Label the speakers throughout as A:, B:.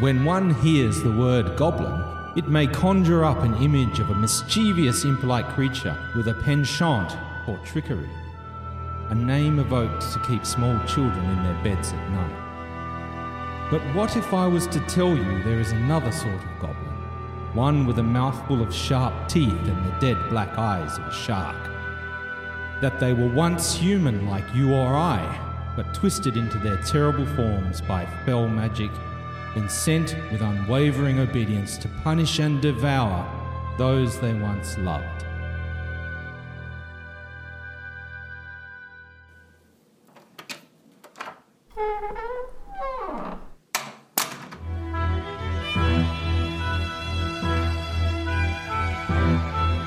A: When one hears the word goblin, it may conjure up an image of a mischievous, impolite creature with a penchant for trickery. A name evoked to keep small children in their beds at night. But what if I was to tell you there is another sort of goblin? One with a mouthful of sharp teeth and the dead black eyes of a shark that they were once human like you or I, but twisted into their terrible forms by fell magic, and sent with unwavering obedience to punish and devour those they once loved.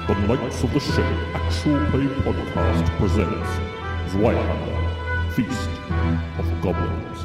B: The Knights of the Ship Actual Play Podcast presents Zweihander Feast of Goblins.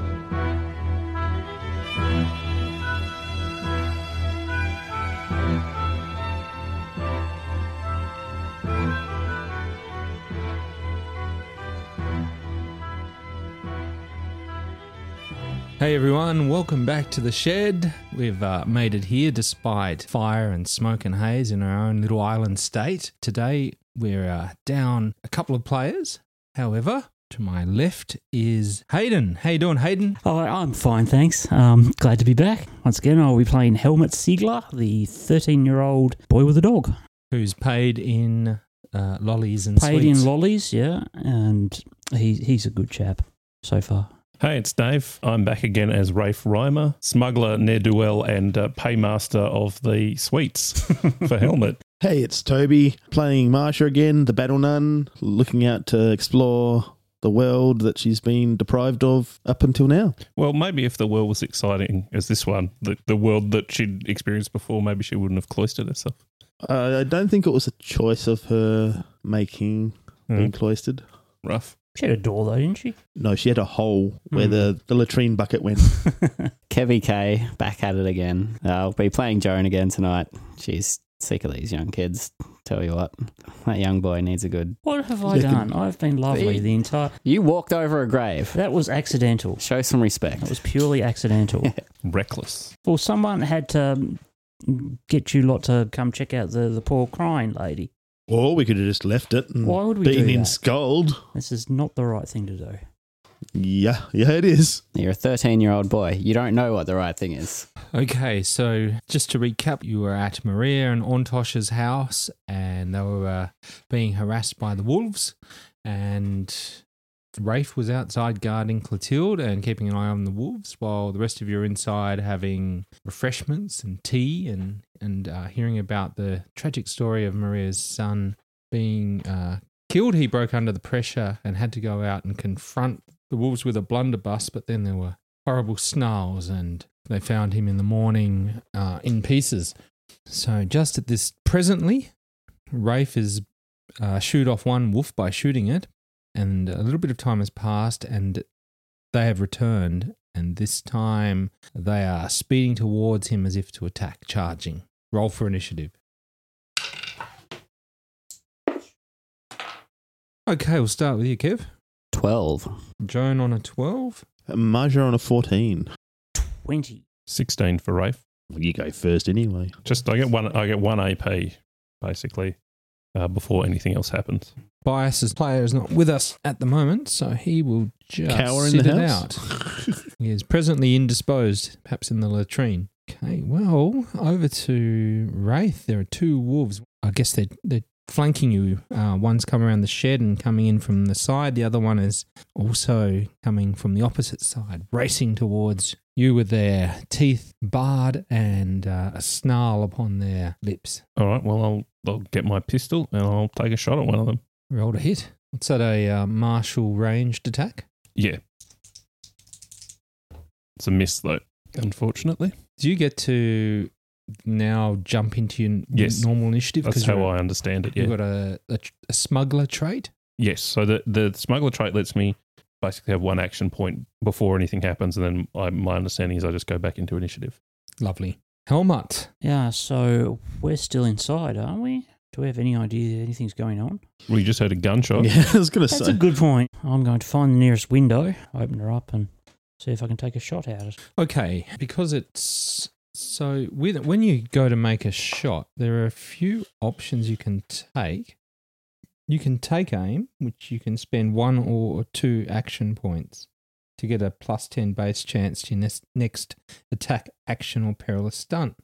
A: Hey everyone, welcome back to the shed. We've uh, made it here despite fire and smoke and haze in our own little island state. Today we're uh, down a couple of players. However, to my left is Hayden. How you doing, Hayden?
C: Oh, I'm fine, thanks. Um, glad to be back. Once again, I'll be playing Helmut Siegler, the 13 year old boy with a dog.
A: Who's paid in uh, lollies and
C: Played
A: sweets.
C: in lollies, yeah, and he, he's a good chap so far.
D: Hey, it's Dave. I'm back again as Rafe Reimer, smuggler, ne'er do well, and uh, paymaster of the sweets for Helmet.
E: Hey, it's Toby playing Marsha again, the battle nun, looking out to explore the world that she's been deprived of up until now.
D: Well, maybe if the world was exciting as this one, the, the world that she'd experienced before, maybe she wouldn't have cloistered herself.
E: Uh, I don't think it was a choice of her making
C: Hmm.
E: being cloistered.
D: Rough.
C: She had a door, though, didn't she?
E: No, she had a hole where
C: Hmm.
E: the, the latrine bucket went.
F: Kevy K back at it again. I'll be playing Joan again tonight. She's sick of these young kids. Tell you what, that young boy needs a good.
C: What have I done? I've been lovely the entire.
F: You walked over a grave.
C: That was accidental.
F: Show some respect.
C: That was purely accidental.
D: Reckless.
C: well, someone had to um, get you lot to come check out the, the poor crying lady.
E: or we could have just left it and
C: Why would we
E: been
C: do
E: in
C: that?
E: scold.
C: This is not the right thing to do.
E: Yeah, yeah, it is.
F: You're a 13 year old boy. You don't know what the right thing is.
A: Okay, so just to recap, you were at Maria and Ontosh's house, and they were uh, being harassed by the wolves. And Rafe was outside guarding Clotilde and keeping an eye on the wolves, while the rest of you were inside having refreshments and tea and and uh, hearing about the tragic story of Maria's son being uh, killed. He broke under the pressure and had to go out and confront the wolves with a blunderbuss, but then there were horrible snarls and they found him in the morning uh, in pieces. So just at this presently, Rafe is uh, shoot off one wolf by shooting it, and a little bit of time has passed, and they have returned, and this time they are speeding towards him as if to attack, charging. Roll for initiative. Okay, we'll start with you, Kev.
F: 12.
A: Joan on a 12.
E: Marsha on a 14.
C: 20.
D: 16 for Rafe.
E: Well, you go first anyway.
D: Just, I get one, I get one AP, basically, uh, before anything else happens.
A: Bias's player is not with us at the moment, so he will just
E: Cower in
A: sit
E: the
A: it
E: house?
A: out. he is presently indisposed, perhaps in the latrine. Okay, well, over to Wraith. There are two wolves. I guess they're, they're flanking you. Uh, one's come around the shed and coming in from the side. The other one is also coming from the opposite side, racing towards you with their teeth barred and uh, a snarl upon their lips.
D: All right, well, I'll, I'll get my pistol and I'll take a shot at one of them.
A: Roll to hit. What's that, a uh, martial ranged attack?
D: Yeah. It's a miss, though, unfortunately.
A: Do you get to now jump into your n-
D: Yes.
A: normal initiative?
D: That's
A: you're-
D: how I understand it, yeah.
A: You've got a, a, tr- a smuggler trait.
D: Yes. So the the smuggler trait lets me basically have one action point before anything happens, and then I, my understanding is I just go back into initiative.
A: Lovely. Helmut.
C: Yeah, so we're still inside, aren't we? Do we have any idea anything's going on?
D: We just heard a gunshot.
E: Yeah, I was going to
C: Oh. That's
E: say.
C: a good point. I'm going to find the nearest window, open her up, and See if I can take a shot at it.
A: Okay, because it's so with when you go to make a shot, there are a few options you can take. You can take aim, which you can spend one or two action points to get a plus 10 base chance to your nes- next attack, action, or perilous stunt.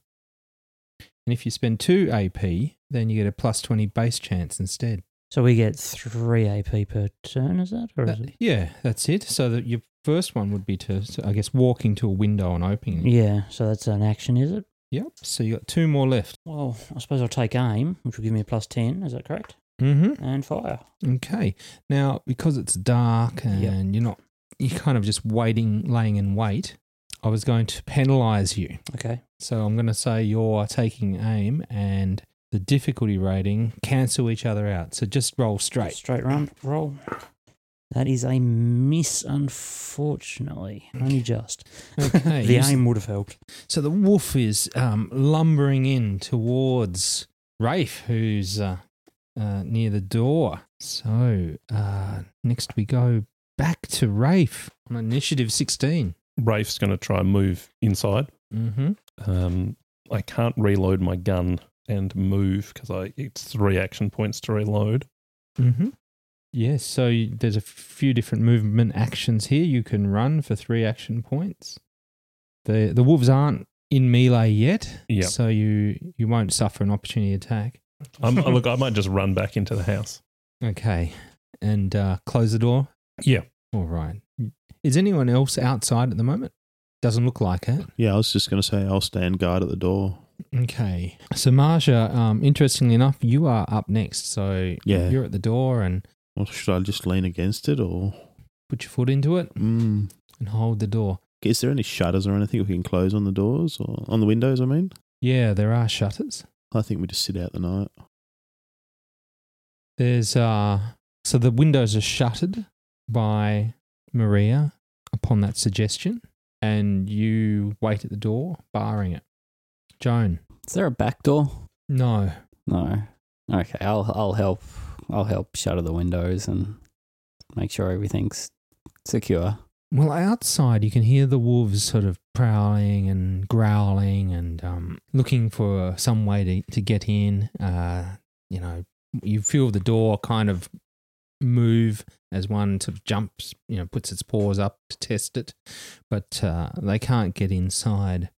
A: And if you spend two AP, then you get a plus 20 base chance instead.
C: So we get three AP per turn, is that? Or is
A: That-
C: it?
A: yeah, that's it. So that your first one would be to, so I guess, walking to a window and opening it.
C: Yeah, so that's an action, is it?
A: Yep. So you got two more left.
C: Well, I suppose I'll take aim, which will give me a plus 10, is that correct?
A: Mm-hmm.
C: And fire.
A: Okay. Now, because it's dark and
C: Yep.
A: you're not, you're kind of just waiting, laying in wait. I was going to penalise you,
C: Okay.
A: so I'm going to say you're taking aim and the difficulty rating cancel each other out. So just roll straight.
C: Straight round roll. That is a miss, unfortunately. Only just.
A: Okay.
C: the
A: you s-
C: aim would have helped.
A: So the wolf is um, lumbering in towards Rafe, who's uh, uh, near the door. So uh, next we go back to Rafe on initiative 16.
D: Rafe's going to try and move inside.
A: Mm-hmm.
D: Um, I can't reload my gun and move because I it's three action points to reload.
A: Mm-hmm. Yes, so you- there's a few different movement actions here. You can run for three action points. The the wolves aren't in melee yet,
D: Yep.
A: so you you won't suffer an opportunity attack.
D: I'm, I- Um, look, I might just run back into the house.
A: Okay, and uh, close the door.
D: Yeah.
A: All right. Is anyone else outside at the moment? Doesn't look like it.
E: Yeah, I was just going to say I'll stand guard at the door.
A: Okay. So Marja, um, interestingly enough, you are up next. So
E: Yeah.
A: you're at the door and
E: Or should I just lean against it or?
A: put your foot into it
E: Mm.
A: and hold the door.
E: Is there any shutters or anything we can close on the doors or on the windows? I mean,
A: Yeah, there are shutters.
E: I think we just sit out the night.
A: There's uh so the windows are shuttered by Maria upon that suggestion, and you wait at the door, barring it. Joan,
F: Is there a back door?
A: no.
F: No. Okay, I'll I'll help. I'll help shutter the windows and make sure everything's secure.
A: Well, outside you can hear the wolves sort of prowling and growling and um, looking for some way to, to get in. Uh, you know, you feel the door kind of move as one sort of jumps, you know, puts its paws up to test it, but uh, they can't get inside.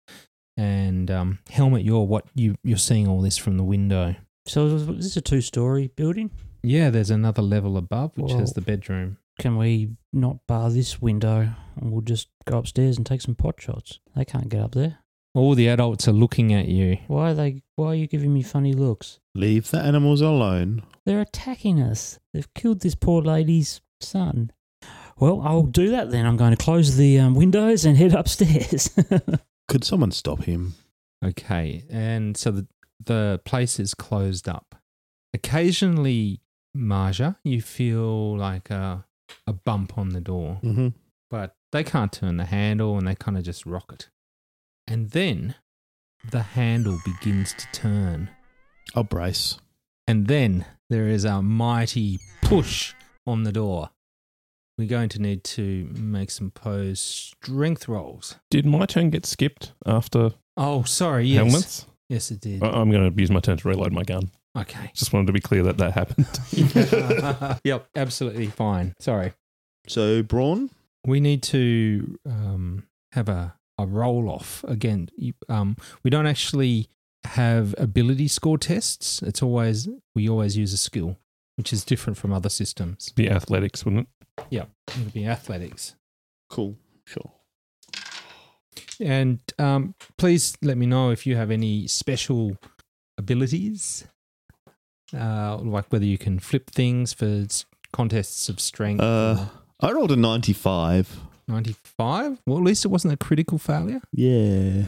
A: And um, helmet, you're what you you're seeing all this from the window.
C: So is this a two story building?
A: Yeah, there's another level above, which has
C: Whoa.
A: the bedroom.
C: Can we not bar this window and we'll just go upstairs and take some pot shots? They can't get up there.
A: All the adults are looking at you.
C: Why are they why are you giving me funny looks?
E: Leave the animals alone.
C: They're attacking us. They've killed this poor lady's son. Well, I'll do that then. I'm going to close the um, windows and head upstairs.
E: Could someone stop him?
A: Okay, and so the the place is closed up. Occasionally, Marja, you feel like a a bump on the door,
E: Mm-hmm.
A: but they can't turn the handle, and they kind of just rock it. And then the handle begins to turn,
E: I'll brace.
A: and then there is a mighty push on the door. We're going to need to make some pose strength rolls.
D: Did my turn get skipped after
A: Oh, sorry, yes,
D: helmets?
A: yes, it did.
D: I- I'm going to use my turn to reload my gun.
A: Okay.
D: Just wanted to be clear that that happened.
A: yep, absolutely fine. Sorry.
E: So, Brawn?
A: We need to um, have a, a roll off again. You, um, we don't actually have ability score tests. It's always, we always use a skill, which is different from other systems.
D: Be athletics, wouldn't
A: It'll be athletics.
E: Cool. Sure.
A: And um, please let me know if you have any special abilities, uh, like whether you can flip things for s- contests of strength.
E: Uh, I rolled a 95.
A: 95 well at least it wasn't a critical failure
E: Yeah.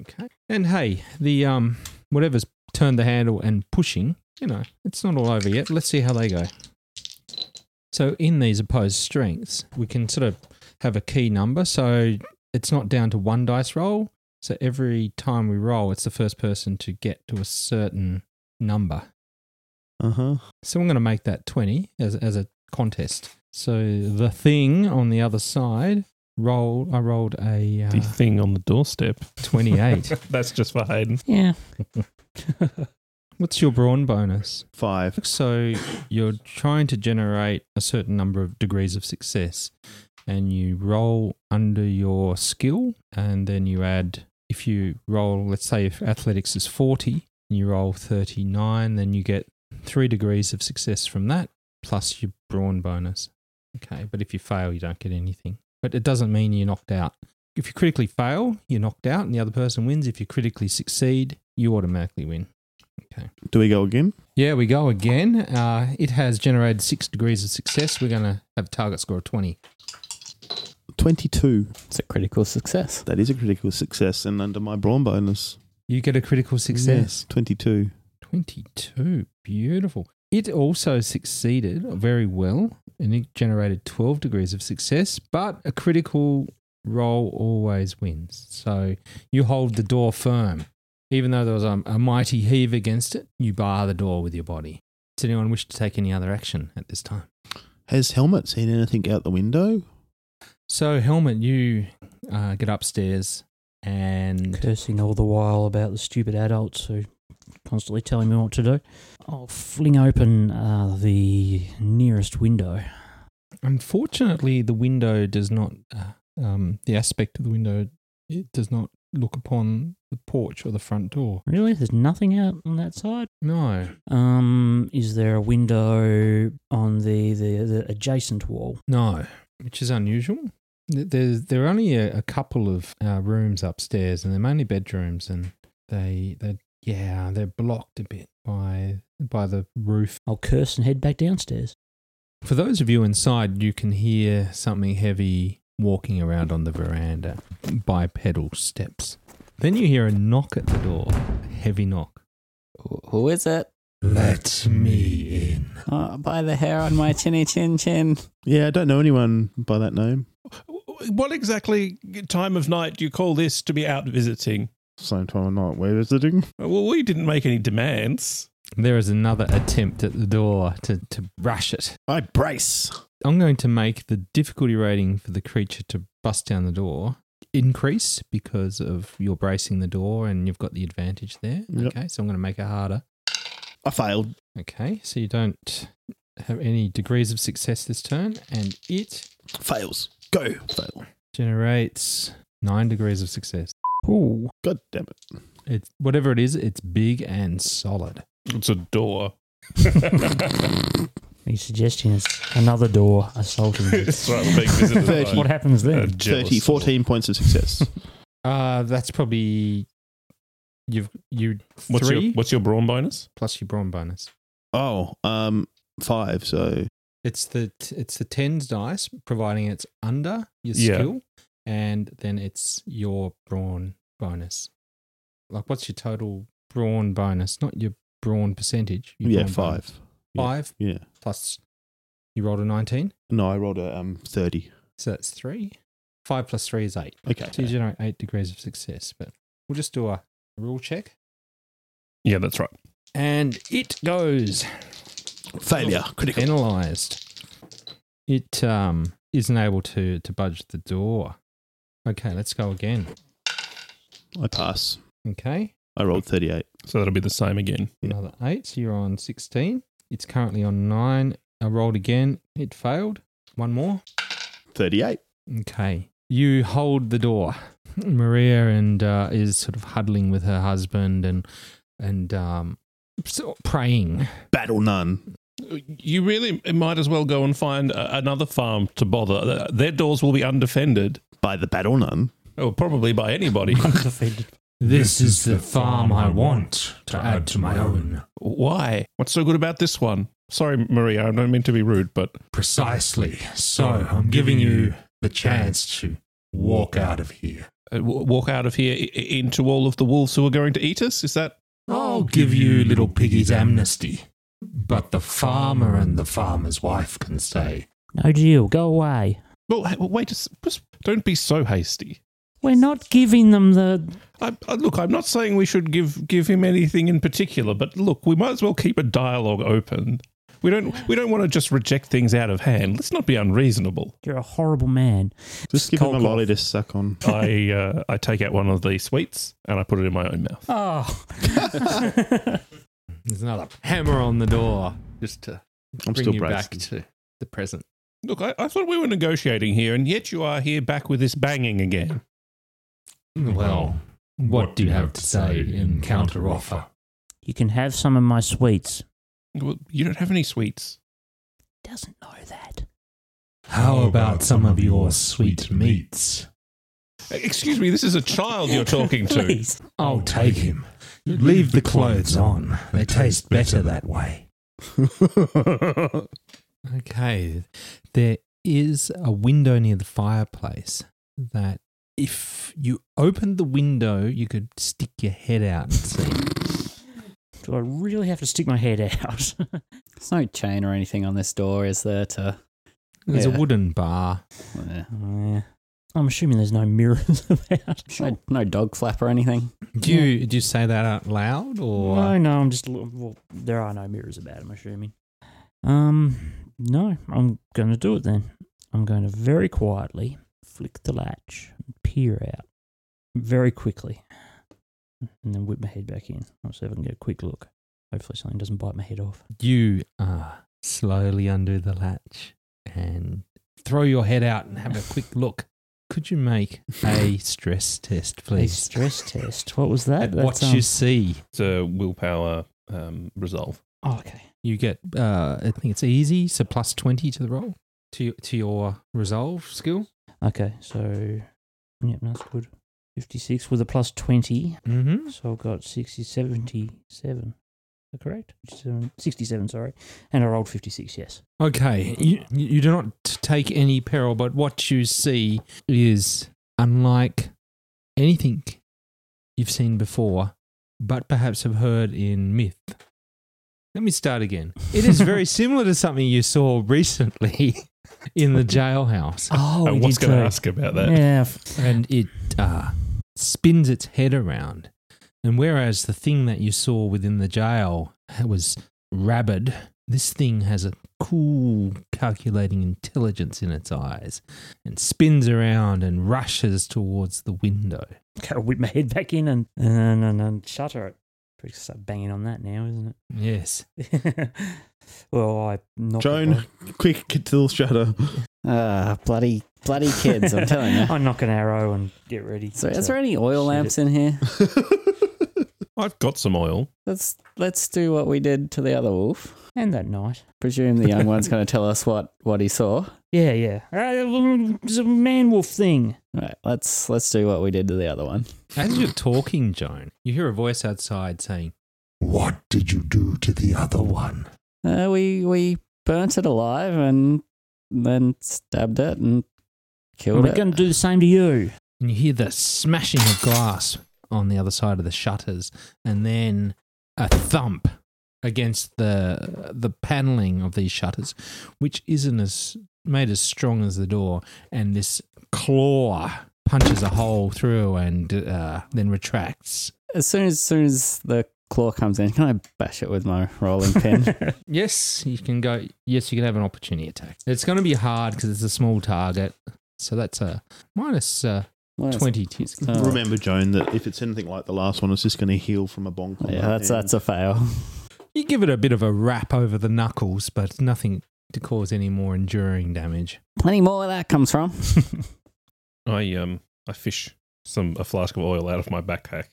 A: okay and hey the um whatever's turned the handle and pushing you know it's not all over yet let's see how they go so in these opposed strengths we can sort of have a key number so it's not down to one dice roll so every time we roll it's the first person to get to a certain number
E: Uh huh.
A: so I'm going to make that 20 as, as a contest. So the thing on the other side roll. I rolled a
E: Ah.
D: The
A: uh,
D: thing on the doorstep.
A: twenty-eight.
D: That's just for Hayden.
C: Yeah.
A: What's your brawn bonus?
E: Five.
A: So you're trying to generate a certain number of degrees of success, and you roll under your skill, and then you add. If you roll, let's say if athletics is forty, and you roll thirty-nine, then you get three degrees of success from that, plus your brawn bonus. Okay, but if you fail, you don't get anything. But it doesn't mean you're knocked out. If you critically fail, you're knocked out, and the other person wins. If you critically succeed, you automatically win.
E: Do we go again?
A: Yeah, we go again. Uh, it has generated six degrees of success. We're going to have a target score of 20.
E: 22.
F: It's a critical success.
E: That is a critical success. And under my brawn bonus,
A: You get a critical success.
E: yes, 22.
A: 22. Beautiful. It also succeeded very well and it generated 12 degrees of success, but a critical roll always wins. So you hold the door firm. Even though there was a, a mighty heave against it, you bar the door with your body. Does anyone wish to take any other action at this time?
E: Has Helmet seen anything out the window?
A: So, Helmet, you uh, get upstairs and
C: Cursing all the while about the stupid adults who constantly telling me what to do. I'll fling open uh, the nearest window.
A: unfortunately, the window does not, uh, um, the aspect of the window, it does not look upon the porch or the front door.
C: Really? There's nothing out on that side?
A: No,
C: Um, is there a window on the, the, the adjacent wall?
A: no, which is unusual. Th- There's, there are only a, a couple of uh, rooms upstairs, and they're mainly bedrooms, and they, they, yeah, they're blocked a bit by by the roof
C: I'll curse and head back downstairs.
A: For those of you inside, you can hear something heavy walking around on the veranda, bipedal steps. Then you hear a knock at the door, a heavy knock.
F: Wh- Who is it?
A: Let me in.
F: Oh, by the hair on my chinny chin chin.
E: Yeah, I don't know anyone by that name.
D: What exactly time of night do you call this to be out visiting?
E: Same time I'm not where visiting.
D: Well, we didn't make any demands.
A: There is another attempt at the door to, to rush it.
E: I brace.
A: I'm going to make the difficulty rating for the creature to bust down the door increase because of your bracing the door and you've got the advantage there.
E: Yep.
A: Okay, so I'm going to make it harder.
E: I failed.
A: Okay, so you don't have any degrees of success this turn, and it
E: Fails. Go. Fail.
A: generates nine degrees of success.
C: Ooh.
E: God damn it.
A: It's whatever it is, it's big and solid.
D: It's a door.
C: Are you suggesting it's another door assaulting me?
D: That's right, we'll make this into the
C: what happens
D: A
C: then?
D: jealous
E: 30, 14 points of success.
A: Uh that's probably you've you
D: What's
A: three
D: your what's your brawn bonus?
A: plus your brawn bonus.
E: oh, um, five. So
A: It's the it's the tens dice, providing it's under your
D: Yeah.
A: skill, and then it's your brawn bonus. Like, what's your total brawn bonus? Not your brawn percentage. your
E: yeah,
A: brawn
E: five.
A: bonus. Five
E: Yeah.
A: plus you rolled a 19
E: No, I rolled a um thirty.
A: so that's three five plus three is eight
E: Okay.
A: so you generate eight degrees of success but we'll just do a rule check
D: Yeah, that's right.
A: and it goes
E: Failure. Critical.
A: analyzed it um isn't able to to budge the door okay let's go again
E: I pass.
A: okay
E: I rolled thirty-eight.
D: So that'll be the same again.
E: Yeah.
A: another eight so you're on 16 it's currently on nine i rolled again it failed one more
E: Thirty-eight.
A: Okay. You hold the door. Maria and uh, is sort of huddling with her husband and and um, sort of praying.
E: Battle none.
D: You really might as well go and find a, another farm to bother. Their doors will be undefended,
E: By the battle none.
D: or probably by anybody.
C: Undefeated.
A: This is the farm I want to add to my own.
D: Why? What's so good about this one? Sorry, Maria, I don't mean to be rude, but
G: Precisely. So I'm giving you the chance to walk out of here.
D: uh, w- walk out of here I- into all of the wolves who are going to eat us? Is that
G: I'll give you little piggies amnesty. But the farmer and the farmer's wife can stay.
C: No deal. Go away.
D: well? h- Wait, a s- just don't be so hasty.
C: We're not giving them the.
D: I, I, look, I'm not saying we should give give him anything in particular, but look, we might as well keep a dialogue open. We don't we don't want to just reject things out of hand. Let's not be unreasonable.
C: You're a horrible man.
E: Just give him a
C: Cold
E: lolly to suck on.
D: I uh, I take out one of the sweets and I put it in my own mouth.
C: Oh.
A: There's another hammer on the door just to
E: I'm
A: bring
E: still
A: you back
E: braced.
A: to the present.
D: Look, I, I thought we were negotiating here, and yet you are here back with this banging again.
A: Well, what do you have to say in counteroffer?
C: You can have some of my sweets.
D: Well, you don't have any sweets.
C: Doesn't know that.
G: How about some of your sweet meats?
D: E, Excuse me, this is a child you're talking to.
C: Please.
G: I'll take him. Leave the clothes on. They taste better that way.
A: Okay. There is a window near the fireplace that if you opened the window, you could stick your head out and see.
C: Do I really have to stick my head out?
F: There's no chain or anything on this door, is there? To
A: There's
F: Yeah.
A: a wooden bar.
F: uh,
C: Yeah. I'm assuming there's no mirrors about.
F: no, no dog flap or anything.
A: Do you do you say that out loud or
C: No, no, I'm just. l- Well, there are no mirrors about, I'm assuming. Um, no, I'm going to do it then. I'm going to very quietly flick the latch and peer out very quickly. And then whip my head back in. Let's see if I can get a quick look. Hopefully, something doesn't bite my head off.
A: you uh, slowly undo the latch and throw your head out and have a quick look? Could you make a stress test,
C: A
A: please?
C: stress test. What was that?
A: At what
C: That's, um,
A: you see,
D: It's a willpower um, resolve.
C: oh, okay.
A: you get. Uh, I think it's easy, so plus twenty to the roll to to your resolve skill.
C: Okay, so. Yep, that's good. 56 with a plus 20.
A: Mm-hmm.
C: So I've got 60, 77. Is that correct? 67, 67, sorry. And I rolled 56, yes.
A: Okay, you you do not take any peril, but what you see is unlike anything you've seen before, but perhaps have heard in myth. Let me start again. It is very similar to something you saw recently in the jailhouse.
C: Oh,
D: I
C: we
D: was
C: did
D: going
C: say-
D: to Uh, ask about that.
C: Yeah. f-
A: and it uh, spins its head around. And whereas the thing that you saw within the jail was rabid, this thing has a cool, calculating intelligence in its eyes and spins around and rushes towards the window.
C: Gotta whip my head back in and, and, and, and shutter it. Pretty start banging on that now, isn't
A: Yes.
C: it? well, I knocked.
E: Joan, quick to the shutter.
F: Ah, bloody bloody kids! I'm telling you.
C: I knock an arrow and get ready.
F: So,
C: to-
F: is there any oil
C: Shoot
F: lamps in here?
D: I've got some oil.
F: Let's let's do what we did to the other wolf.
C: And that night.
F: Presume the young one's going to tell us what what he saw.
C: Yeah, yeah. Uh, it's a man wolf thing.
F: Right, let's let's do what we did to the other one.
A: As you're talking, Joan, you hear a voice outside saying,
G: What did you do to the other one?
F: Uh, we we burnt it alive and then stabbed it and
C: We're
F: killed it.
C: going to do the same to you.
A: and you hear the smashing of glass on the other side of the shutters, and then a thump against the the paneling of these shutters, which isn't as made as strong as the door, and this claw punches a hole through and uh, then retracts.
F: As soon as soon as the claw comes in, can I bash it with my rolling pin?
A: Yes, you can go. Yes, you can have an opportunity attack. It's going to be hard because it's a small target, so that's a minus uh,
F: Minus-
A: twenty. to-
F: Uh,
E: Remember, Joan, that if it's anything like the last one, it's just going to heal from a bonk. on
F: Yeah,
E: that
F: that's
E: hand.
F: that's a fail.
A: You give it a bit of a wrap over the knuckles, but nothing to cause any more enduring damage.
F: Plenty more where that comes from.
D: I um I fish some a flask of oil out of my backpack.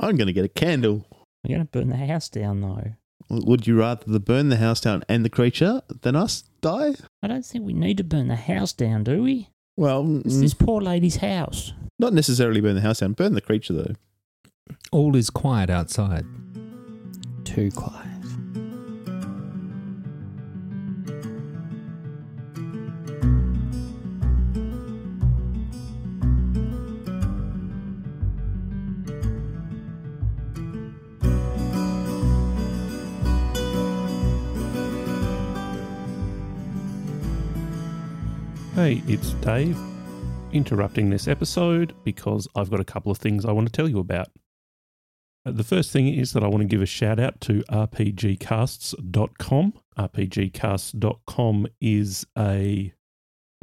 E: I'm going to get a candle.
C: We're going to burn the house down, though.
E: Would you rather the burn the house down and the creature than us die?
C: I don't think we need to burn the house down, do we?
E: Well,
C: It's
E: mm,
C: this poor lady's house.
E: not necessarily burn the house down. Burn the creature though.
A: All is quiet outside.
F: Too quiet.
D: Hey, it's Dave. Interrupting this episode because I've got a couple of things I want to tell you about. Uh, The first thing is that I want to give a shout out to rpgcasts.com. rpgcasts.com is a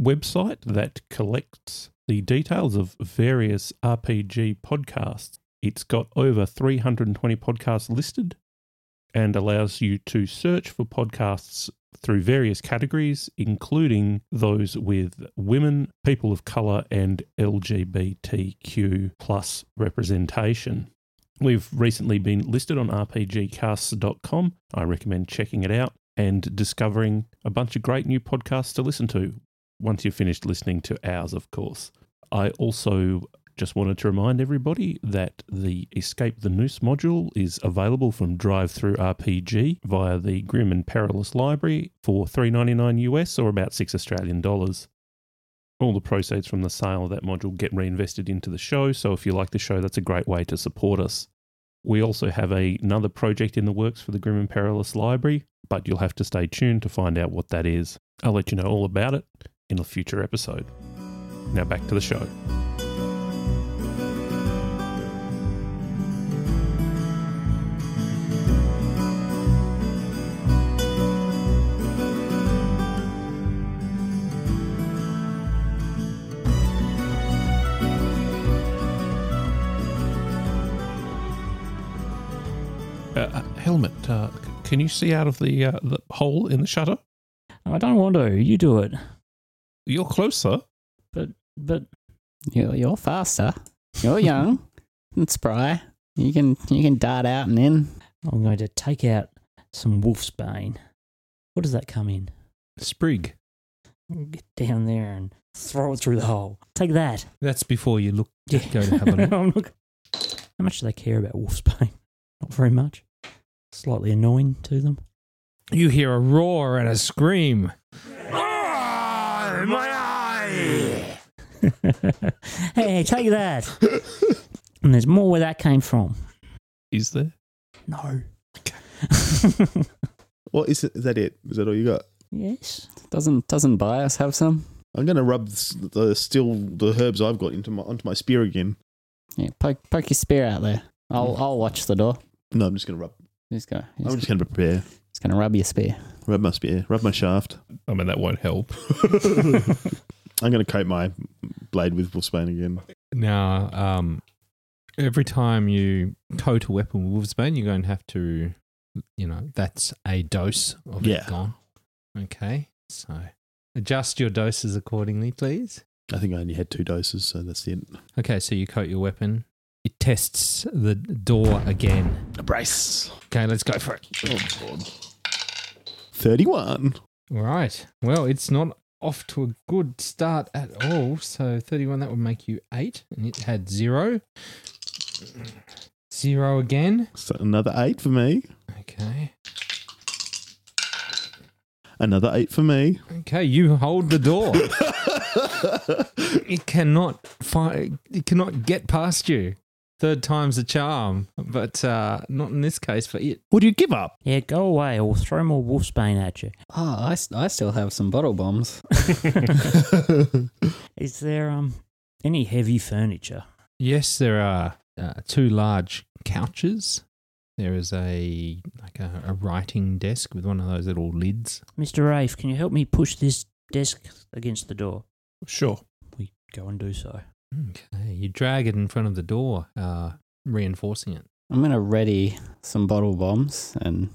D: website that collects the details of various RPG podcasts. It's got over 320 podcasts listed and allows you to search for podcasts through various categories, including those with women, people of color, and LGBTQ plus representation. We've recently been listed on rpgcasts.com. I recommend checking it out and discovering a bunch of great new podcasts to listen to once you've finished listening to ours, of course. I also just wanted to remind everybody that the Escape the Noose module is available from Drive Through RPG via the Grim and Perilous Library for $3.99 US or about 6 Australian dollars. All the proceeds from the sale of that module get reinvested into the show, so if you like the show, that's a great way to support us. We also have a- another project in the works for the Grim and Perilous Library, but you'll have to stay tuned to find out what that is. I'll let you know all about it in a future episode. Now back to the show. Uh, uh, helmet, uh, c- can you see out of the uh, the hole in the shutter?
C: I don't want to. You do it.
D: You're closer.
C: But
F: You're, you're faster. You're young and spry. You can you can dart out and in.
C: I'm going to take out some wolf's bane. What does that come in?
A: Sprig.
C: Get down there and throw it through the hole. Take that.
A: That's before you look.
C: Yeah.
A: Go to have a look.
C: I'm not- How much do they care about wolf's bane? Not very much. Slightly annoying to them.
A: You hear a roar and a scream. Ah, my eye!
C: hey, take that. and there's more where that came from.
D: Is there?
C: No.
E: What is it? Is that it? Is that all you got?
C: yes.
F: Doesn't doesn't bias have some?
E: I'm going to rub the, the still the herbs I've got into my onto my spear again.
F: Yeah, poke poke your spear out there. I'll I'll watch the door.
E: No, I'm just going to rub.
F: Just go.
E: I'm
F: Just,
E: just going to prepare.
F: just gonna rub your spear.
E: Rub my spear. Rub my shaft.
D: I mean, that won't help.
E: I'm going to coat my blade with wolfsbane again.
A: Now, um, every time you coat a weapon with Wolfsbane, you're going to have to, you know, that's a dose of
E: Yeah.
A: it gone. Okay, so adjust your doses accordingly, please.
E: I think I only had two doses, so that's it.
A: Okay, so you coat your weapon. It tests the door again.
E: A brace.
A: Okay, let's go for it.
E: Oh, God. 31.
A: Right. Well, it's not off to a good start at all. So 31, that would make you 8, and it had 0. 0 again.
E: So another 8 for me.
A: Okay.
E: Another 8 for me.
A: Okay, you hold the door. it cannot find, it cannot get past you. Third time's a charm, but uh, not in this case for it.
E: Would you give up?
C: Yeah, go away or we'll throw more wolf's bane at you.
F: Oh, I, s- I still have some bottle bombs.
C: Is there um any heavy furniture?
A: Yes, there are uh, two large couches. There is a like a, a writing desk with one of those little lids.
C: Mr. Rafe, can you help me push this desk against the door?
D: sure.
C: We go and do so.
A: Okay, you drag it in front of the door, uh, reinforcing it.
F: I'm gonna ready some bottle bombs and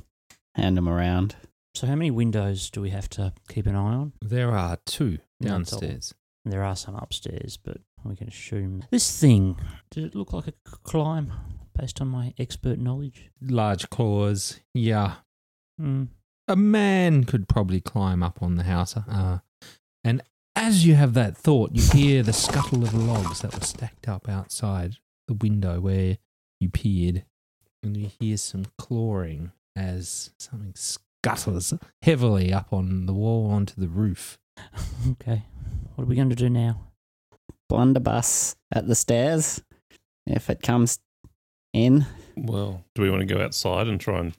F: hand them around.
C: So how many windows do we have to keep an eye on?
A: There are two
C: Yeah, it's all-
A: downstairs.
C: There are some upstairs, but we can assume this thing. Did it look like a c- climb based on my expert knowledge?
A: Large claws. Yeah,
C: Hmm.
A: a man could probably climb up on the house. Uh, and as you have that thought, you hear the scuttle of logs that were stacked up outside the window where you peered, and you hear some clawing as something scuttles heavily up on the wall onto the roof.
C: okay. What are we going to do now?
F: Blunderbuss at the stairs. If it comes in,
D: Well, do we want to go outside and try and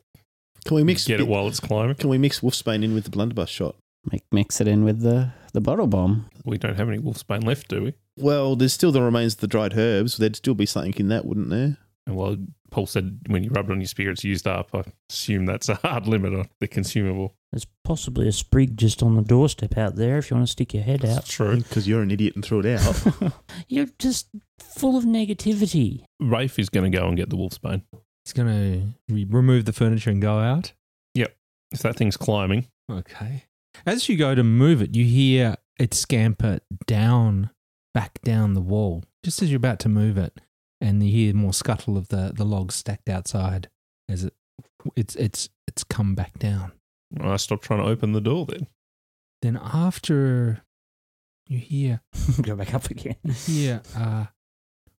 E: Can we mix
D: get it while it's climbing?
E: Can we mix wolfsbane in with the blunderbuss shot?
F: mi- mix it in with the the bottle bomb.
D: We don't have any wolfsbane left, do we?
E: Well, there's still the remains of the dried herbs. There'd still be something in that, wouldn't there?
D: And while Paul said when you rub it on your spear, it's used up, I assume that's a hard limit on the consumable.
C: There's possibly a sprig just on the doorstep out there if you want to stick your head out.
D: That's true.
E: Because you're an idiot and threw it out.
C: You're just full of negativity.
D: Rafe is going to go and get the wolf's bane.
A: He's going to re- remove the furniture and go out.
D: If that thing's climbing,
A: Okay. As you go to move it, you hear it scamper down, back down the wall, just as you're about to move it. And you hear more scuttle of the, the logs stacked outside as it, it's, it's, it's come back down.
D: I stop trying to open the door then.
A: Then after you hear
C: Go back up again.
A: hear uh,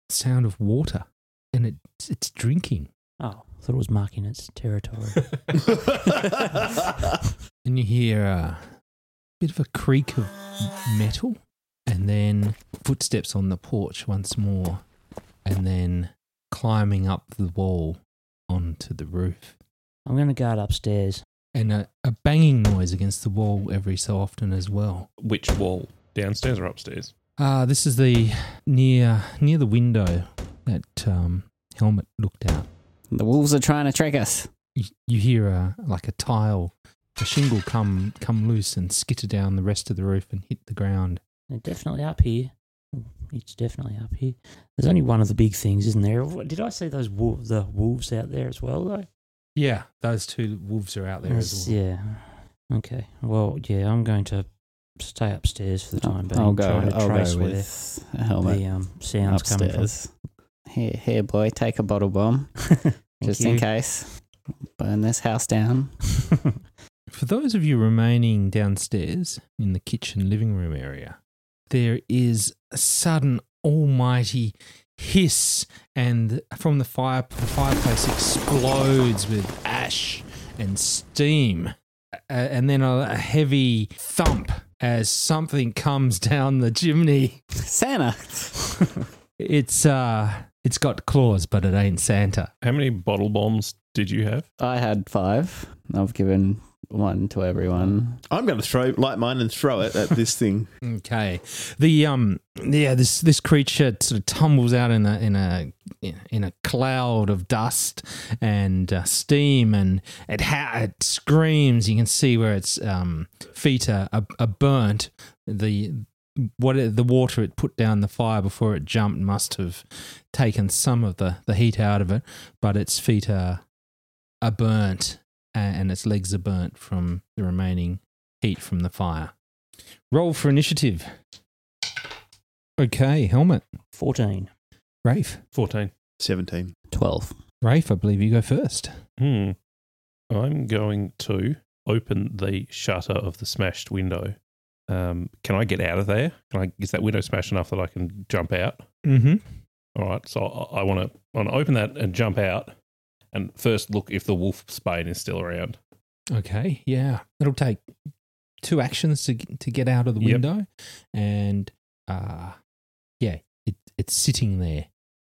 A: sound of water, and it it's drinking,
C: Oh, thought it was marking its territory.
A: and you hear a bit of a creak of metal, and then footsteps on the porch once more, and then climbing up the wall onto the roof,
C: I'm going to guard upstairs.
A: and a, a banging noise against the wall every so often as well.
D: Which wall? Downstairs or upstairs?
A: Ah, this is the near near the window that um, helmet looked out.
F: The wolves are trying to trick us.
A: you, you hear a like a tile, a shingle come come loose and skitter down the rest of the roof and hit the ground.
C: They're definitely up here. It's definitely up here. There's only one of the big things, isn't there? What- Did I see those wolf, the wolves out there as well, though?
A: Yeah, those two wolves are out there as well.
C: Yes, Yeah. Okay. Well, yeah, I'm going to stay upstairs for the time being.
F: I'll go.
C: Trying to
F: I'll
C: trace
F: go
C: where
F: with a helmet
C: the um, sounds coming from.
F: upstairs. Here, here, boy, take a bottle bomb
C: Thank
F: just
C: you.
F: in case. Burn this house down.
A: For those of you remaining downstairs in the kitchen living room area, there is a sudden almighty hiss, and from the fire the fireplace explodes with ash and steam, A- and then a, a heavy thump as something comes down the chimney.
F: Santa.
A: It's uh it's got claws, but it ain't Santa.
D: How many bottle bombs did you have?
F: I had five. I've given one to everyone.
E: I'm going to throw light mine and throw it at this thing.
A: Okay. The um yeah, this this creature sort of tumbles out in a in a in a cloud of dust and uh, steam and it ha- it screams. You can see where its um feet are, are, are burnt. The what it, the water it put down the fire before it jumped must have taken some of the, the heat out of it, but its feet are are burnt a- and its legs are burnt from the remaining heat from the fire. Roll for initiative. Okay, helmet.
C: 14.
A: Rafe.
D: 14.
E: 17.
F: Twelve.
A: Rafe, I believe you go first.
D: Hmm. I'm going to open the shutter of the smashed window. Um, can I get out of there? Can I? Is that window smashed enough that I can jump out?
A: Mm-hmm.
D: All right. So I, I want to. I want to open that and jump out, and first look if the wolf Spain is still around.
A: Okay, yeah. It'll take two actions to to get out of the
D: Yep.
A: window, and uh yeah, it, it's sitting there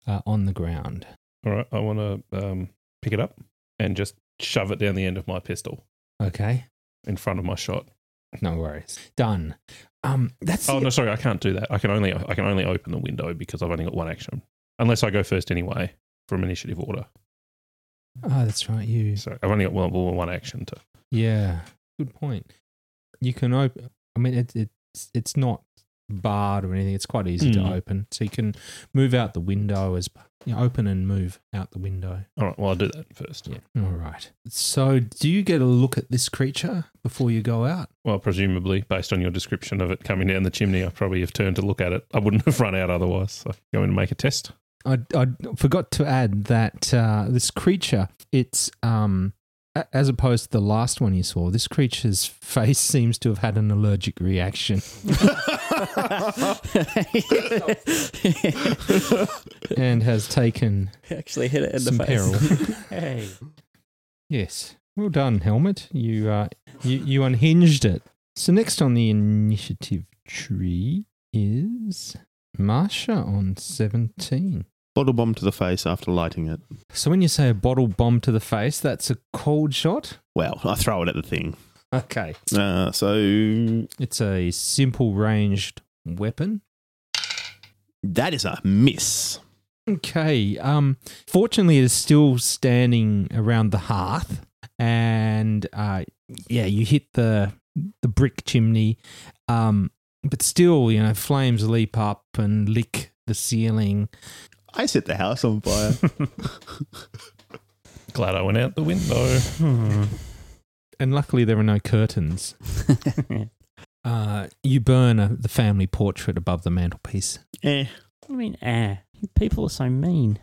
A: uh, on the ground.
D: All right. I want to um, pick it up and just shove it down the end of my pistol
A: Okay,
D: in front of my shot.
A: no worries. Done. Um, that's
D: Oh
A: the-
D: no, sorry, I can't do that. I can only I can only open the window because I've only got one action, unless I go first anyway from initiative order.
A: oh, that's right. You
D: So I've only got one, one action to
A: Yeah, good point. You can open. I mean, it, it's it's not barred or anything. It's quite easy to
D: Mm.
A: open, so you can move out the window as you know, open and move out the window.
D: All right, well, I'll do that first.
A: Yeah. All right. So, do you get a look at this creature before you go out?
D: Well, presumably, based on your description of it coming down the chimney, I probably have turned to look at it. I wouldn't have run out otherwise. So go in and make a test.
A: I, I forgot to add that uh, this creature, it's um, a- as opposed to the last one you saw, this creature's face seems to have had an allergic reaction. and has taken
F: Actually hit it in
A: some
F: the face.
A: peril.
C: Hey.
A: Yes. Well done, Helmet. You uh, you, you unhinged it. So next on the initiative tree is Marsha on 17.
E: Bottle bomb to the face after lighting it.
A: So when you say a bottle bomb to the face, that's a cold shot?
E: Well, I throw it at the thing.
A: Okay.
E: Uh, so
A: It's a simple ranged weapon.
E: that is a miss.
A: Okay. Um. Fortunately, it is still standing around the hearth, and uh, yeah, you hit the the brick chimney, um, but still, you know, flames leap up and lick the ceiling.
E: I set the house on fire.
D: Glad I went out the window.
C: Hmm.
A: And luckily, there are no curtains. Uh, you burn a, the family portrait above the mantelpiece.
E: eh.
C: I mean, eh. You people are so mean.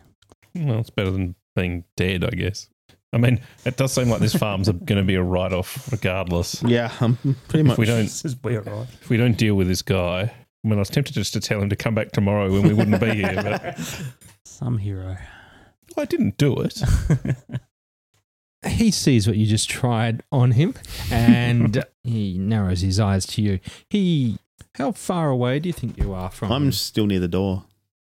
D: Well, it's better than being dead, I guess. I mean, it does seem like this farm's going to be a write-off, regardless.
E: Yeah, I'm pretty much.
D: If we don't,
C: This is weird, right?
D: if we don't deal with this guy, I mean, I was tempted just to tell him to come back tomorrow when we wouldn't be here, but
C: Some hero.
D: I didn't do it.
A: He sees what you just tried on him, and he narrows his eyes to you. He, how far away do you think you are from? him?
E: I'm still near the door.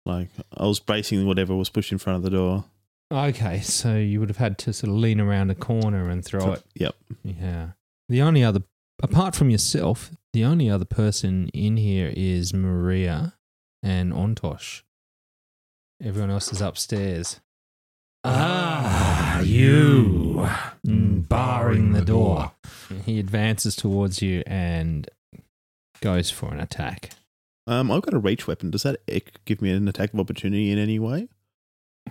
E: Like I was bracing whatever was pushed in front of the door.
A: Okay, so you would have had to sort of lean around a corner and throw it.
E: Yep.
A: Yeah. The only other, apart from yourself, the only other person in here is Maria and Ontosh. Everyone else is upstairs.
G: Ah, you.
A: Mm, barring the door. He advances towards you and goes for an attack.
E: Um, I've got a reach weapon. Does that ec- give me an attack of opportunity in any way?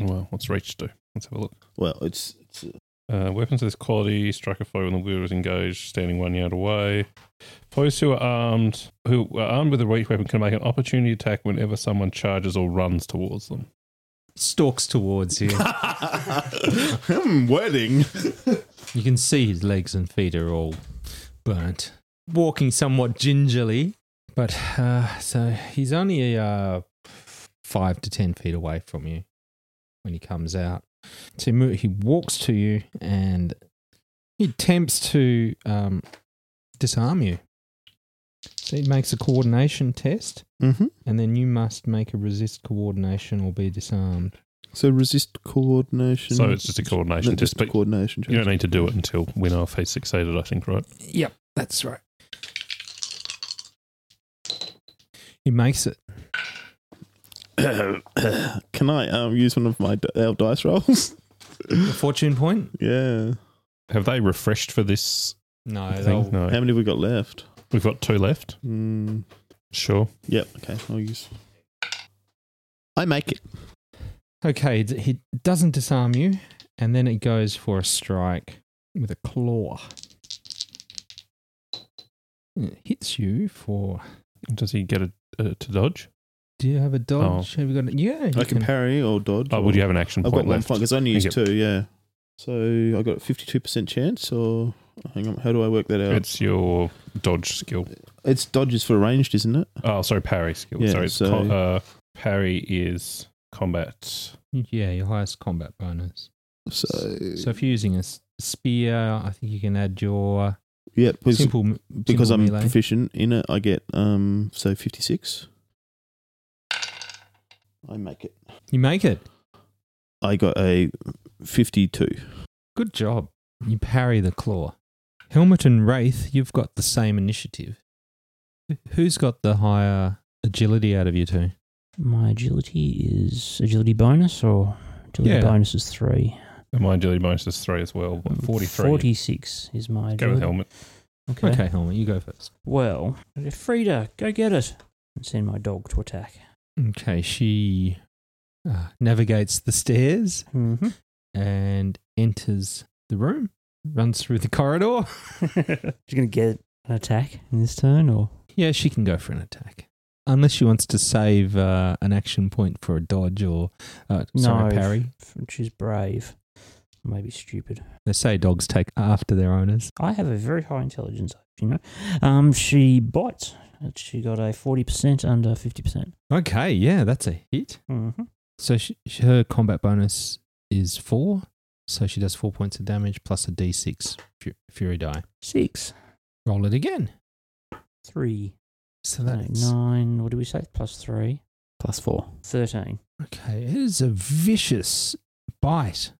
D: Well, what's Reach do? Let's have a look.
E: Well, it's, it's
D: Uh, weapons of this quality, strike a foe when the wielder is engaged, standing one yard away. Foes who are armed, who are armed with a reach weapon, can make an opportunity attack whenever someone charges or runs towards them.
A: Stalks towards you.
E: Hmm, wedding.
A: You can see his legs and feet are all burnt. Walking somewhat gingerly, but uh, so he's only uh, five to ten feet away from you when he comes out. So he, mo- he walks to you and he attempts to um, disarm you. So he makes a coordination test,
E: Mm-hmm.
A: and then you must make a resist coordination or be disarmed.
E: So resist coordination.
D: So it's just a coordination
E: No,
D: test,
E: just a
D: but
E: coordination.
D: you
E: check.
D: don't need to do it until we know if he's succeeded. I think, right?
A: Yep, that's right. He makes it.
E: Can I um, use one of my d- uh, dice rolls?
A: A fortune point?
E: yeah.
D: Have they refreshed for this
A: No,
D: thing?
A: they'll-
D: No,
E: How many have we got left?
D: we've got two left.
E: Mm,
D: Sure.
E: yep. Okay. I'll use. I make it.
A: Okay, d- he doesn't disarm you, and then it goes for a strike with a claw. It hits you for.
D: Does he get a uh, to dodge?
A: Do you have a dodge? Have you got? A, yeah, you
E: Oh. I can parry or dodge.
D: Oh,
E: or-
D: would you have an action
E: I've
D: point
E: got one
D: left?
E: point because I only
D: Thank
E: used two. Yeah. So I got fifty two percent chance. Or hang on, how do I work that out?
D: It's your dodge skill.
E: It's dodges for ranged, isn't it?
D: Oh, sorry, parry skill.
E: Yeah,
D: sorry, it's
E: so-
D: co- uh, parry is combat.
A: Yeah, your highest combat bonus.
E: So,
A: So if you're using a s- spear, I think you can add your
E: yeah, because,
A: simple m-
E: because
A: simple
E: I'm
A: melee.
E: proficient in it, I get um so fifty six. I make it.
A: You make it.
E: I got a fifty two.
A: Good job. You parry the claw. Helmet and Wraith, you've got the same initiative. Wh- Who's got the higher agility out of you two?
C: My agility is agility bonus or agility
A: Yeah.
C: bonus is three.
D: And my agility bonus is three as well. but Forty-three.
C: Forty-six is my
D: Go with
C: agility.
D: helmet.
C: Okay.
A: Okay, Helmet, you go first.
C: Well, Frida, go get it. And send my dog to attack.
A: Okay, she uh, navigates the stairs
C: Mm-hmm.
A: and enters the room, runs through the corridor.
C: She's gonna get an attack in this turn, or
A: Yeah, she can go for an attack. Unless she wants to save uh, an action point for a dodge or uh, sorry,
C: No.
A: parry.
C: she's brave. Maybe stupid.
A: They say dogs take after their owners.
C: I have a very high intelligence, you know. Um, she bites. And She got a forty percent under fifty percent.
A: Okay, yeah, that's a hit.
C: Mm-hmm.
A: So she, sh her combat bonus is four. So she does four points of damage plus a d6 fu- fury die.
C: Six,
A: Roll it again.
C: three,
A: So
C: no,
A: that's
C: nine. What do we say? Plus three.
F: Plus four.
C: Thirteen.
A: okay. It is a vicious bite.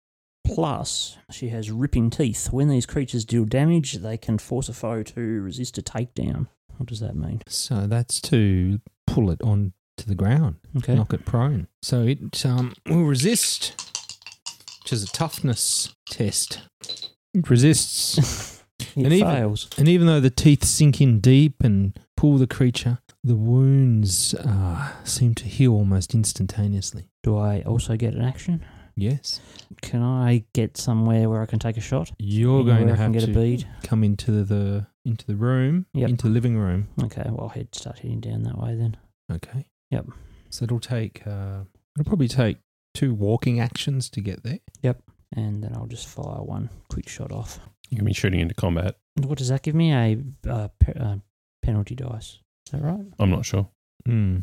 C: Plus, she has ripping teeth. When these creatures deal damage, they can force a foe to resist a takedown. What does that mean?
A: So that's to pull it on to the ground,
C: Okay.
A: knock it prone. So it um, will resist, which is a toughness test. It resists.
C: It
A: And even-
C: fails.
A: And even though the teeth sink in deep and pull the creature, the wounds uh, seem to heal almost instantaneously.
C: Do I also get an action?
A: Yes.
C: Can I get somewhere where I can take a shot?
A: You're
C: Anywhere
A: going to
C: I can
A: have
C: get a
A: to
C: bead.
A: come into the into the room,
C: Yep.
A: into the living room.
C: Okay, well, head start heading down that way then.
A: Okay.
C: Yep.
A: So it'll take uh, it'll probably take two walking actions to get there.
C: And then I'll just fire one quick shot off.
D: You can be shooting into combat.
C: And what does that give me? A uh, pe- uh, penalty dice. Is that right?
D: I'm not sure.
A: Hmm.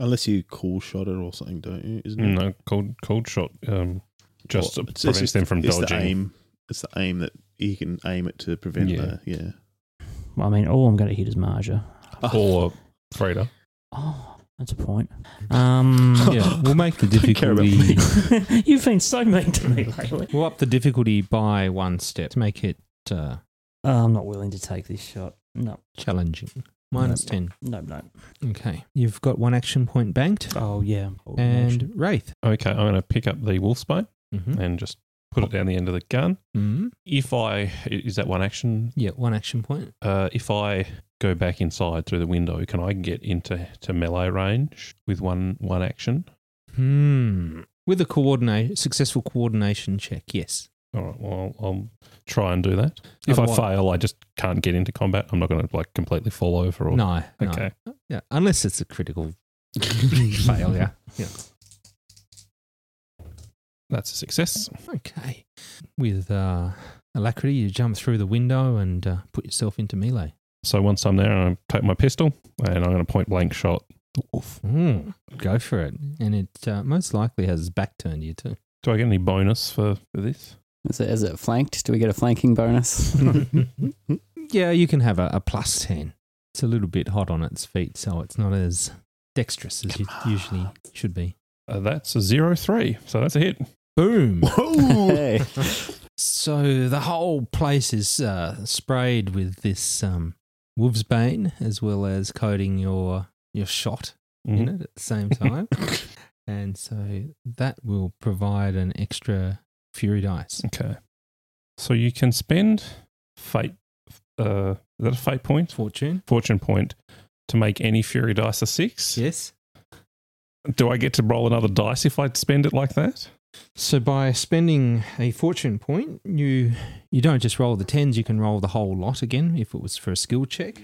E: Unless you cool shot it or something, don't you? Isn't it?
D: No, cold cold shot um, Mm, just
E: Mm. Well,
D: prevents them from
E: it's
D: dodging.
E: The aim. It's the aim that you can aim it to prevent
D: Yeah.
E: the yeah.
C: Well, I mean, all I'm going to hit is Marja.
D: Or Freda.
C: Oh, that's a point. Um,
A: Yeah, we'll make the
E: Don't care about
A: difficulty.
C: You've been so mean to me lately.
A: We'll up the difficulty by one step to make it uh,
C: Uh, I'm not willing to take this shot. No,
A: challenging. Minus
C: No.
A: ten.
C: no, no.
A: Okay. You've got one action point banked.
C: Oh, yeah.
A: And Wraith.
D: Okay, I'm going to pick up the wolf spine
A: Mm-hmm.
D: and just put it down the end of the gun.
A: Mm-hmm.
D: If I is that one action?
A: Yeah, one action point.
D: Uh, if I go back inside through the window, can I get into to melee range with one one action?
A: Hmm. With a coordinate successful coordination check, yes.
D: All right, well, I'll, I'll try and do that. If I
A: Otherwise-
D: fail, I just can't get into combat. I'm not going to like completely fall over or
A: No, no.
D: okay.
A: Yeah, unless it's a critical failure. Yeah.
D: That's a success.
A: Okay. With uh, alacrity, you jump through the window and uh, put yourself into melee.
D: So once I'm there, I take my pistol and I'm going to point blank shot the wolf.
A: Mm, go for it. And it uh, most likely has its back turned to you, too.
D: Do I get any bonus for, for this?
F: Is it, is it flanked? Do we get a flanking bonus?
A: yeah, you can have a, a plus 10. It's a little bit hot on its feet, so it's not as dexterous as it usually should be.
D: Uh, that's a zero three, so that's a hit.
A: Boom!
E: Whoa!
F: hey.
A: So the whole place is uh, sprayed with this um, wolf's bane, as well as coating your your shot
D: Mm-hmm.
A: in it at the same time, and so that will provide an extra fury dice.
D: Okay. So you can spend fate, uh, is that a fate point,
A: Fortune,
D: fortune point, to make any fury dice a six.
A: yes.
D: Do I get to roll another dice if I spend it like that?
A: So by spending a fortune point, you you don't just roll the tens; you can roll the whole lot again. If it was for a skill check,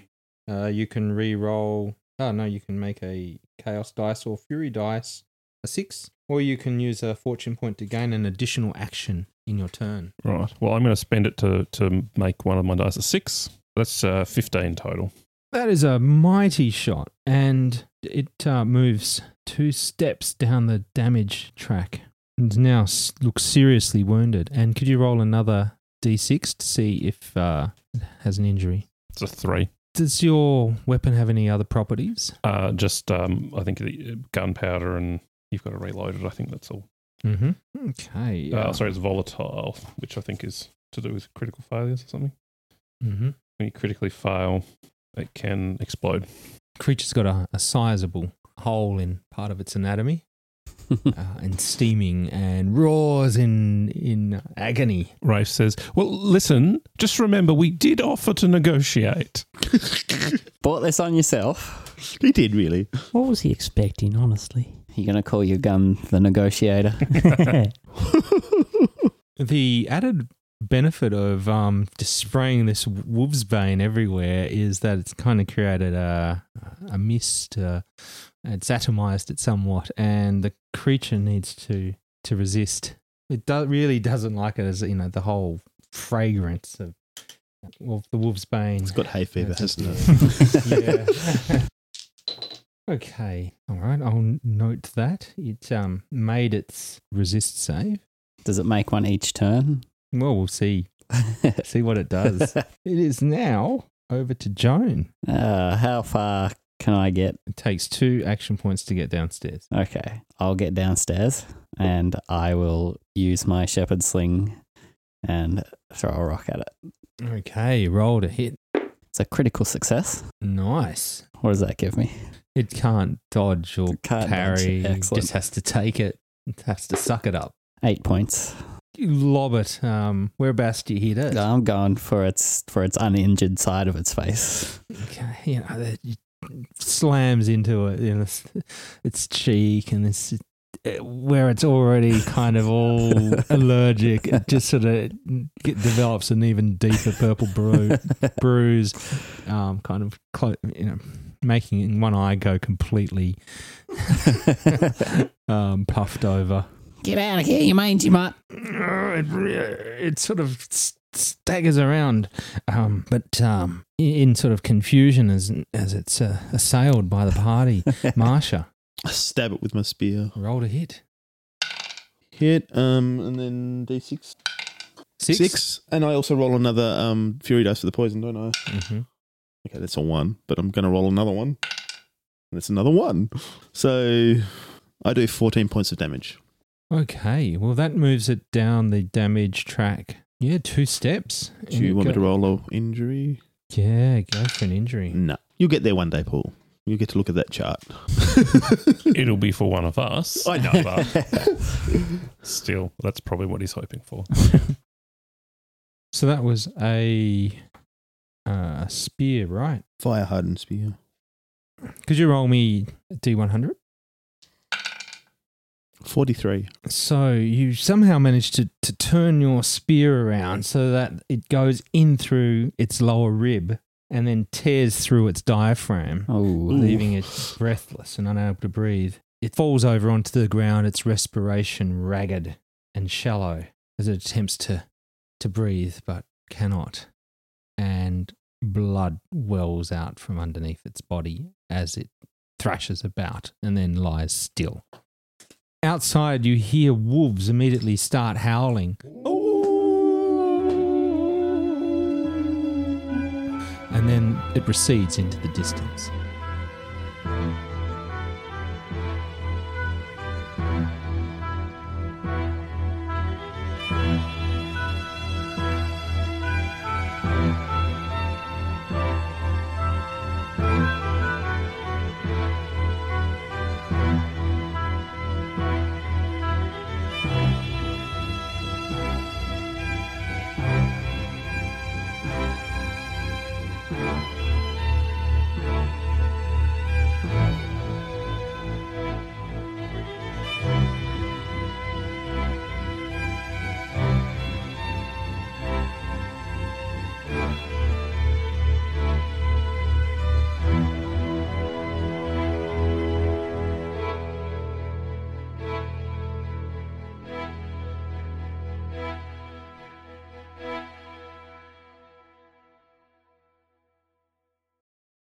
A: uh, you can re-roll. Oh no, you can make a chaos dice or fury dice a six, or you can use a fortune point to gain an additional action in your turn.
D: Right. Well, I'm going to spend it to to make one of my dice a six. That's uh, fifteen total.
A: That is a mighty shot, and it uh, moves two steps down the damage track. And now s- looks seriously wounded. And could you roll another d6 to see if uh, it has an injury?
D: It's a three.
A: Does your weapon have any other properties?
D: Uh, just um, I think the uh, gunpowder and you've got to reload it. I think that's all.
A: Mm-hmm. Okay.
D: Uh, sorry, it's volatile, which I think is to do with critical failures or something.
A: Mm-hmm.
D: When you critically fail, it can explode.
A: Creature's got a, a sizable hole in part of its anatomy uh, and steaming and roars in in agony.
D: Rafe says, Well, listen, just remember we did offer to negotiate.
F: Bought this on yourself.
E: he did really.
C: What was he expecting, honestly?
F: You're going to call your gun the negotiator.
A: The added benefit of um, just spraying this wolf's bane everywhere is that it's kind of created a, a mist. Uh, it's atomized it somewhat, and the creature needs to to resist. It do- really doesn't like it as you know the whole fragrance of of the wolf's bane.
E: It's got hay fever,
A: That's
E: hasn't it?
A: yeah. okay. All right. I'll note that it um made its resist save.
F: Does it make one each turn?
A: Well, we'll see. see what it does. It is now over to Joan.
F: Uh, how far can I get?
A: It takes two action points to get downstairs.
F: Okay, I'll get downstairs and I will use my shepherd sling and throw a rock at it.
A: Okay, roll to hit.
F: It's a critical success.
A: Nice.
F: What does that give me?
A: It can't dodge or
F: Can't dodge.
A: parry. It
F: Excellent.
A: just has to take it. It has to suck it up.
F: Eight points.
A: You lob it. Um, whereabouts do you hit it?
F: I'm going for its for its uninjured side of its face.
A: Okay, you know, that you- slams into it. You know, its, its cheek and it's eh, where it's already kind of all allergic. It just sort of get, develops an even deeper purple bru- bruise. Um, kind of clo- you know, making one eye go completely um, puffed over.
F: Get out of here, you mangy mutt.
A: it, it sort of s- staggers around, um, but um, i- in sort of confusion as as it's uh, assailed by the party. Marsha
E: I stab it with my spear.
A: rolled a hit.
E: Hit, um, and then d6. And I also roll another um, fury dice for the poison, don't I?
A: Mhm.
E: Okay, that's a one, but I'm going to roll another one. And it's another one. So I do 14 points of damage.
A: Okay, well that moves it down the damage track. Yeah, two steps.
E: Do you want me to
A: Go-
E: roll an injury?
A: Yeah, go for an injury.
E: No. You'll get there one day, Paul. You'll get to look at that chart.
D: It'll be for one of us.
E: I know.
D: But still, that's probably what he's hoping for.
A: So that was a uh, spear, right?
E: Fire hardened spear.
A: Could you roll me D one hundred?
E: 43.
A: So you somehow manage to, to turn your spear around so that it goes in through its lower rib and then tears through its diaphragm,
F: Oh,
A: leaving it breathless and unable to breathe. It falls over onto the ground, its respiration ragged and shallow as it attempts to, to breathe but cannot. And blood wells out from underneath its body as it thrashes about and then lies still. Outside, you hear wolves immediately start howling. And then it recedes into the distance.